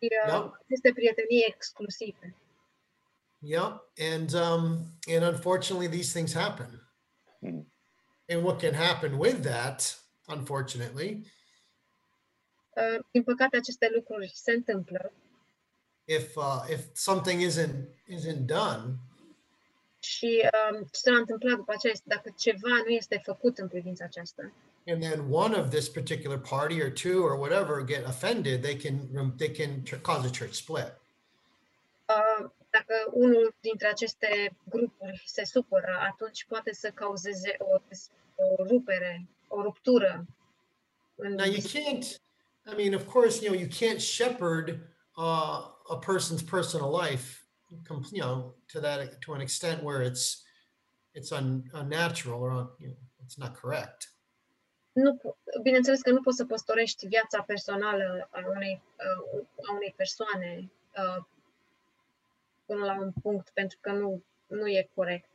Și,
Da.
uh, Este prietenie exclusivă.
Yeah, and um, and unfortunately, these things happen.
Hmm.
And what can happen with that, unfortunately,
Uh, Din păcate, aceste lucruri se întâmplă
if uh, if something isn't isn't done,
și um, ce s-a întâmplat după aceea este dacă ceva nu este făcut în privința aceasta.
and then one of this particular party or two or whatever get offended, they can rem- they can tr- cause a church split.
Uh, Dacă unul dintre aceste grupuri se supără, atunci poate să cauzeze o, des- o rupere, o ruptură. În
Now you
biserică.
can't. I mean, of course, you know you can't shepherd uh, a person's personal life, com- you know, to that to an extent where it's it's un, unnatural or un, you know, it's not correct.
nu, po- bineînțeles că nu poți să păstorești viața personală a unei, uh, a unei persoane uh, până la un punct, pentru că nu, nu e corect.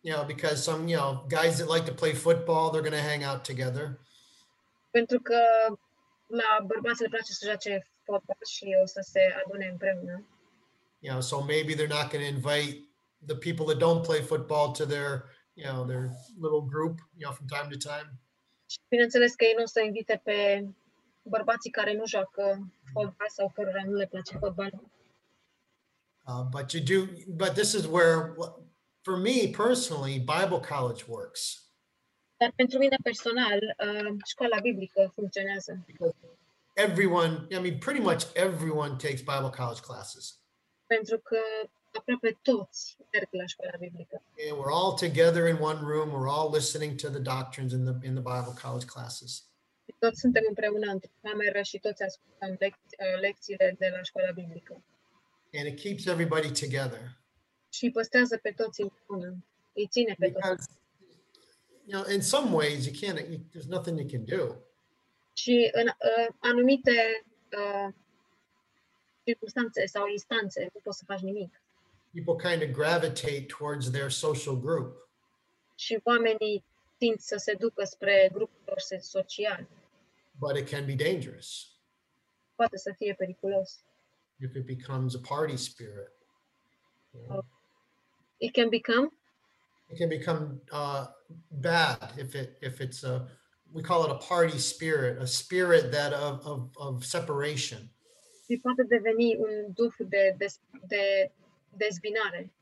you know, because some, you know, guys that like to play football, they're going to hang out together.
Pentru că la bărbați le place să joace fotbal și o să se adune împreună.
You know, so maybe they're not going to invite the people that don't play football to their, you know, their little group, you know, from time to time.
Și bineînțeles că ei nu o să invite pe bărbații care nu joacă fotbal sau cărora nu le place fotbal.
Uh, but you do, but this is where, wh- for me personally, Bible college works
Dar pentru mine personal, uh, școala biblică funcționează.
because everyone, I mean, pretty much everyone takes Bible college classes.
Pentru că aproape toți merg la școala biblică.
And we're all together in one room. We're all listening to the doctrines in the in the Bible college classes.
toți suntem împreună într-o cameră și toți ascultăm lec- uh, lecțiile de la școala biblică.
And it keeps everybody together.
Și îi păstrează pe toți împreună. Îi ține pe toți.
because you know in some ways you can't you, there's nothing you can do
Și în uh, anumite uh, circunstanțe sau instanțe nu poți să faci nimic.
people kind of gravitate towards their social group
Și oamenii tind să se ducă spre grupul lor se- social.
but it can be dangerous
Poate să fie periculos.
if it becomes a party spirit you know?
It can become,
it can become uh, bad if it if it's a we call it a party spirit a spirit that of of, of separation
și poate deveni un duh de, de, de dezbinare.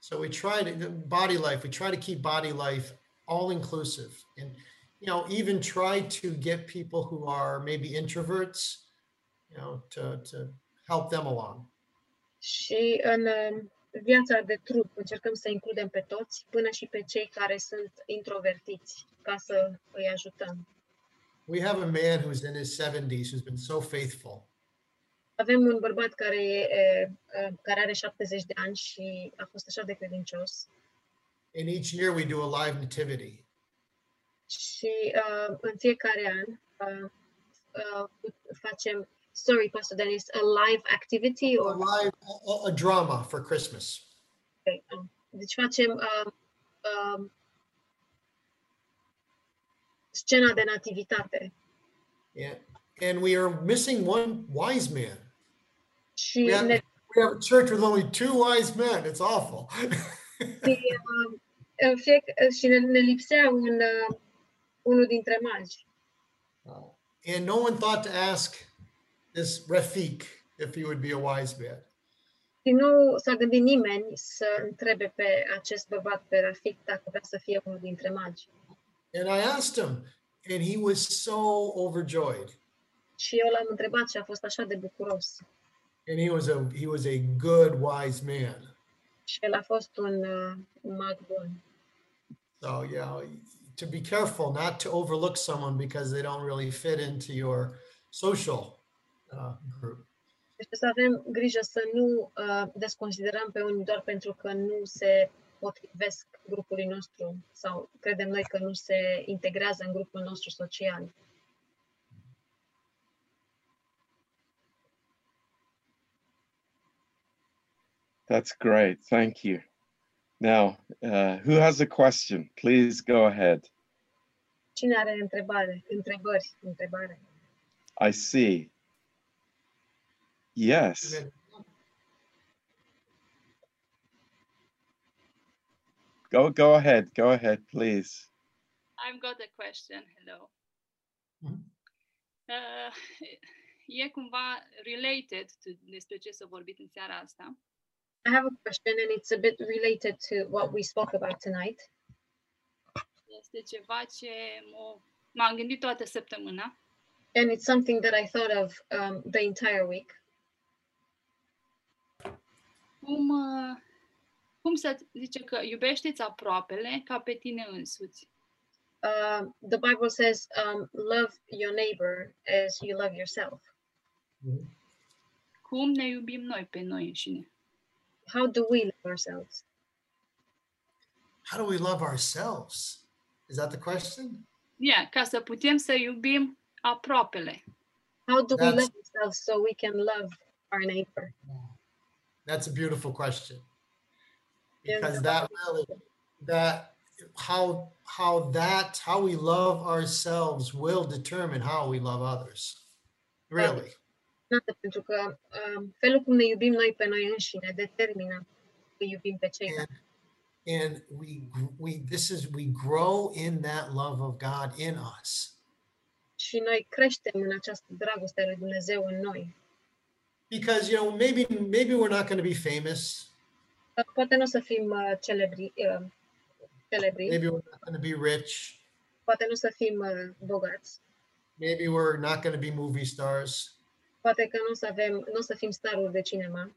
So we try to the body life. We try to keep body life all inclusive, and you know, even try to get people who are maybe introverts, you know, to to help them along.
Și în uh, viața de trup încercăm să includem pe toți, până și pe cei care sunt introvertiți, ca să îi ajutăm.
we have a man who's in his 70s who's been so faithful.
Avem un bărbat care, e, e, uh, care are 70 de ani și a fost așa de credincios.
And each year we do a live nativity.
Și uh, în fiecare an uh, uh, facem, sorry, Pastor Dennis, a live activity
A
or
live, a- a- a drama for Christmas.
Ok, am. Deci facem um, um, scena de nativitate
Yeah. And we are missing one wise man.
și
We have,
ne,
we have a church with only two wise men. It's awful.
și, um, în fie, și ne, ne lipsea un, uh, unul dintre magi.
Uh, and no one thought to ask this Rafik if he would be a wise man.
Și nu s-a gândit nimeni să întrebe pe acest bărbat, pe Rafik, dacă vrea să fie unul dintre magi.
And I asked him, and he was so overjoyed.
Și eu l-am întrebat și a fost așa de bucuros.
And he was a he was a good wise man.
Și el a fost un uh, mag bun.
So yeah, to be careful not to overlook someone because they don't really fit into your social uh, group.
Deci să avem grijă să nu uh, desconsiderăm pe unii doar pentru că nu se potrivesc grupului nostru sau credem noi că nu se integrează în grupul nostru social.
That's great. Thank you. Now, uh, who has a question? Please go ahead.
Cine are întrebare? Întrebări? Întrebare.
I see. Yes. Go go ahead. Go ahead, please.
I've got a question. Hello.
Mhm.
Uh, e cumva related to despre ce s-a vorbit în seara asta.
I have a question and it's a bit related to what we spoke about tonight.
Este ceva ce m-o- m-am gândit toată săptămâna
And it's something that I thought of um, the entire week.
cum, uh, cum să zice că iubește-ți aproapele ca pe tine însuți.
Uh, the Bible says, um, love your neighbor as you love yourself.
Cum ne iubim noi pe noi înșine.
How do we love ourselves?
How do we love ourselves? Is that the question?
Yeah, ca să putem să iubim aproapele.
How do we
That's-
love ourselves so we can love our neighbor?
That's a beautiful question.
Yeah.
Because that really that how how that how we love ourselves will determine how we love others. Really.
Nată, pentru că um, felul cum ne iubim noi pe noi înșine determină că iubim pe ceilalți.
And we gr- we this is we grow in that love of God in us.
Și noi creștem în această dragoste a lui Dumnezeu în noi.
Because you know, maybe maybe we're not going to be famous,
Uh, Poate nu o să fim uh, celebri, uh, celebri
maybe we're not going to be rich,
poate nu o să fim uh, bogați,
maybe we're not going to be movie stars.
poate că nu o să, avem, nu o să fim starul de cinema,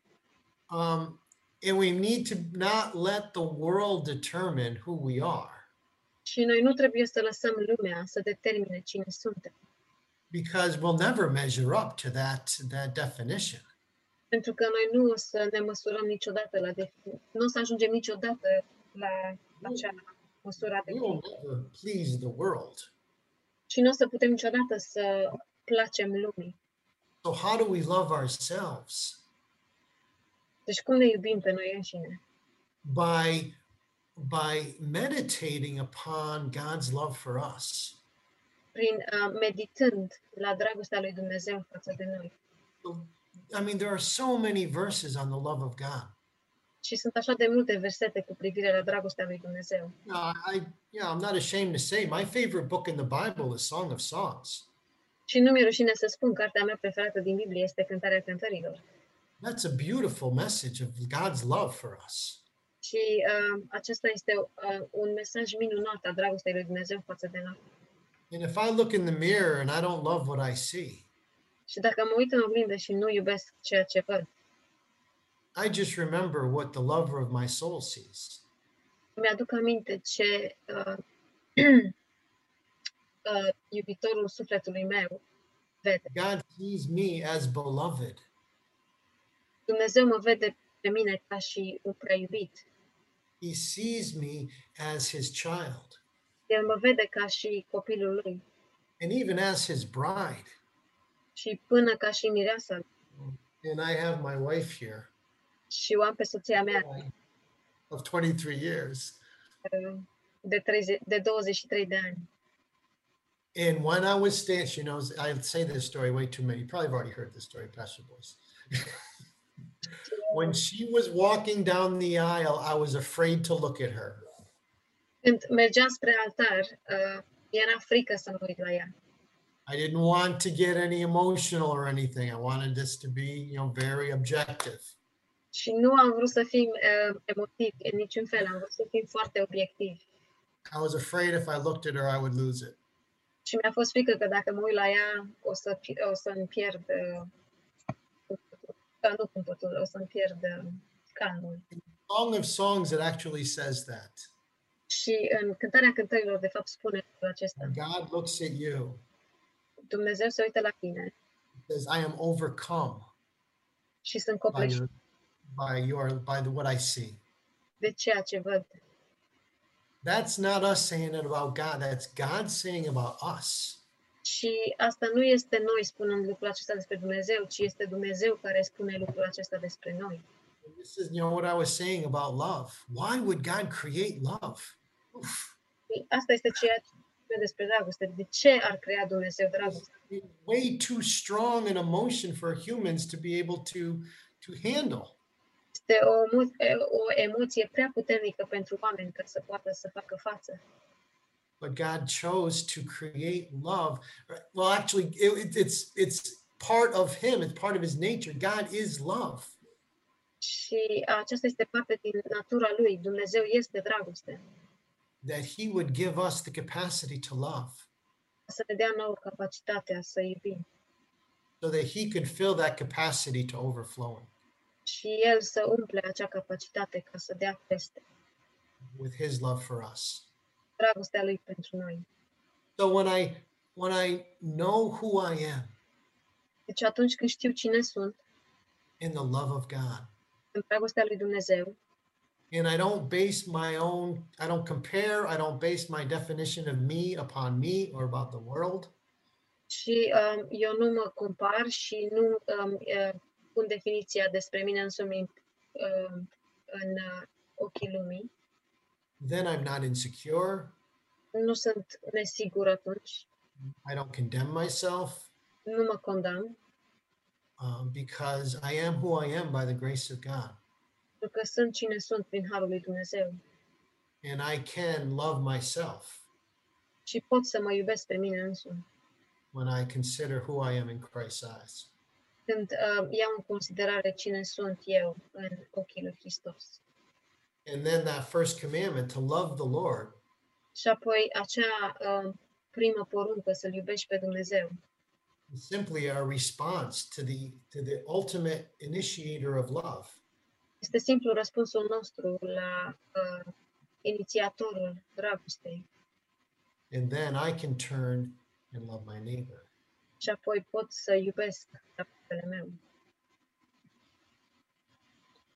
Um, and we need to not let the world determine who we are
și noi nu trebuie să lăsăm lumea să determine cine suntem,
because we'll never measure up to that that definition.
pentru că noi nu o să ne măsurăm niciodată la defini- nu o să ajungem niciodată la acea măsură de
We will never please the world.
și nu o să putem niciodată să placem lumii.
So how do we love ourselves?
Deci cum ne iubim pe noi înșine?
By by meditating upon God's love for us.
Prin uh, meditând la dragostea lui Dumnezeu față de noi.
I mean, there are so many verses on the love of God.
Și sunt așa de multe versete cu privire la dragostea lui Dumnezeu.
No, I, I yeah, I'm not ashamed to say my favorite book in the Bible is Song of Songs.
Și nu mi-e rușine să spun, cartea mea preferată din Biblie este Cântarea Cântărilor.
That's a beautiful message of God's love for us.
Și uh, acesta este uh, un mesaj minunat a dragostei lui Dumnezeu față de noi.
And if I look in the mirror and I don't love what I see,
Și dacă mă uit în oglindă și nu iubesc ceea ce văd,
I just remember what the lover of my soul sees.
mi-aduc aminte ce uh, uh, iubitorul sufletului meu vede.
God sees me as beloved.
Dumnezeu mă vede pe mine ca și un prea iubit.
He sees me as his child
El mă vede ca și copilul lui
and even as his bride.
și până ca și mireasa lui.
And I have my wife here uh,
și o am pe soția mea
of 23 years.
uh, de, 30, de 23 de ani.
And when I was staying, she knows I say this story way too many. You probably have already heard this story, Pastor Boyce. when she was walking down the aisle, I was afraid to look at her.
Când mergeam spre altar, uh, era frică să mă uit la ea.
I didn't want to get any emotional or anything. I wanted this to be, you know, very objective.
Și nu am vrut să fim uh, emotivi în niciun fel, am vrut să fim foarte obiectivi.
I was afraid if I looked at her, I would lose it.
Și mi-a fost frică că dacă mă uit la ea, o, să, pi- o să-mi pierd, uh, da, nu cumpătul, o să-mi pierd uh, calmul.
Song of Songs, it actually says that.
Și în cântarea cântărilor, de fapt, spune lucrul acesta.
God looks at you,
Dumnezeu se uită la tine
says, I am overcome
și sunt
by
copleșit
your, by your, by the, what I see.
de ceea ce văd.
That's not us saying it about God. That's God saying about us.
Și asta nu este noi spunând lucrul acesta despre Dumnezeu, ci este Dumnezeu care spune lucrul acesta despre noi.
And This is, you know, what I was saying about love. Why would God create love? Oof.
Și Păi Asta este ceea ce spune despre dragoste. De ce ar crea Dumnezeu dragoste?
It's way too strong an emotion for humans to be able to to handle.
Este o, emo- e- o emoție prea puternică pentru oameni ca să poată să facă față.
But God chose to create love. Well, actually, it, it- it's it's part of Him. It's part of His nature. God is love.
Și aceasta este parte din natura lui. Dumnezeu este dragoste.
That He would give us the capacity to love,
Să ne dea nouă capacitatea să iubim
so that He could fill that capacity to overflowing
și El să umple acea capacitate ca să dea peste
with His love for us.
dragostea Lui pentru noi.
So when I when I know who I am
Deci atunci când știu cine sunt,
in the love of God,
în dragostea lui Dumnezeu
and I don't base my own, I don't compare, I don't base my definition of me upon me or about the world.
și um, eu nu mă compar și nu um, uh, pun definiția despre mine însumi în, um, în uh, ochii lumii.
Then I'm not insecure.
Nu sunt nesigură atunci,
I don't condemn myself
nu mă condamn,
um, because I am who I am by the grace of God,
pentru că sunt cine sunt prin Harul lui Dumnezeu
and I can love myself
și pot să mă iubesc pe mine însumi.
when I consider who I am in Christ's eyes.
Când uh, iau în considerare cine sunt eu în ochii lui Hristos.
And then that first commandment to love the Lord
Și apoi acea uh, primă poruncă să-L iubești pe Dumnezeu
is simply our response to the to the ultimate initiator of love.
este simplu răspunsul nostru la uh, inițiatorul dragostei
And then I can turn and love my neighbor.
și apoi pot să iubesc aproapele meu.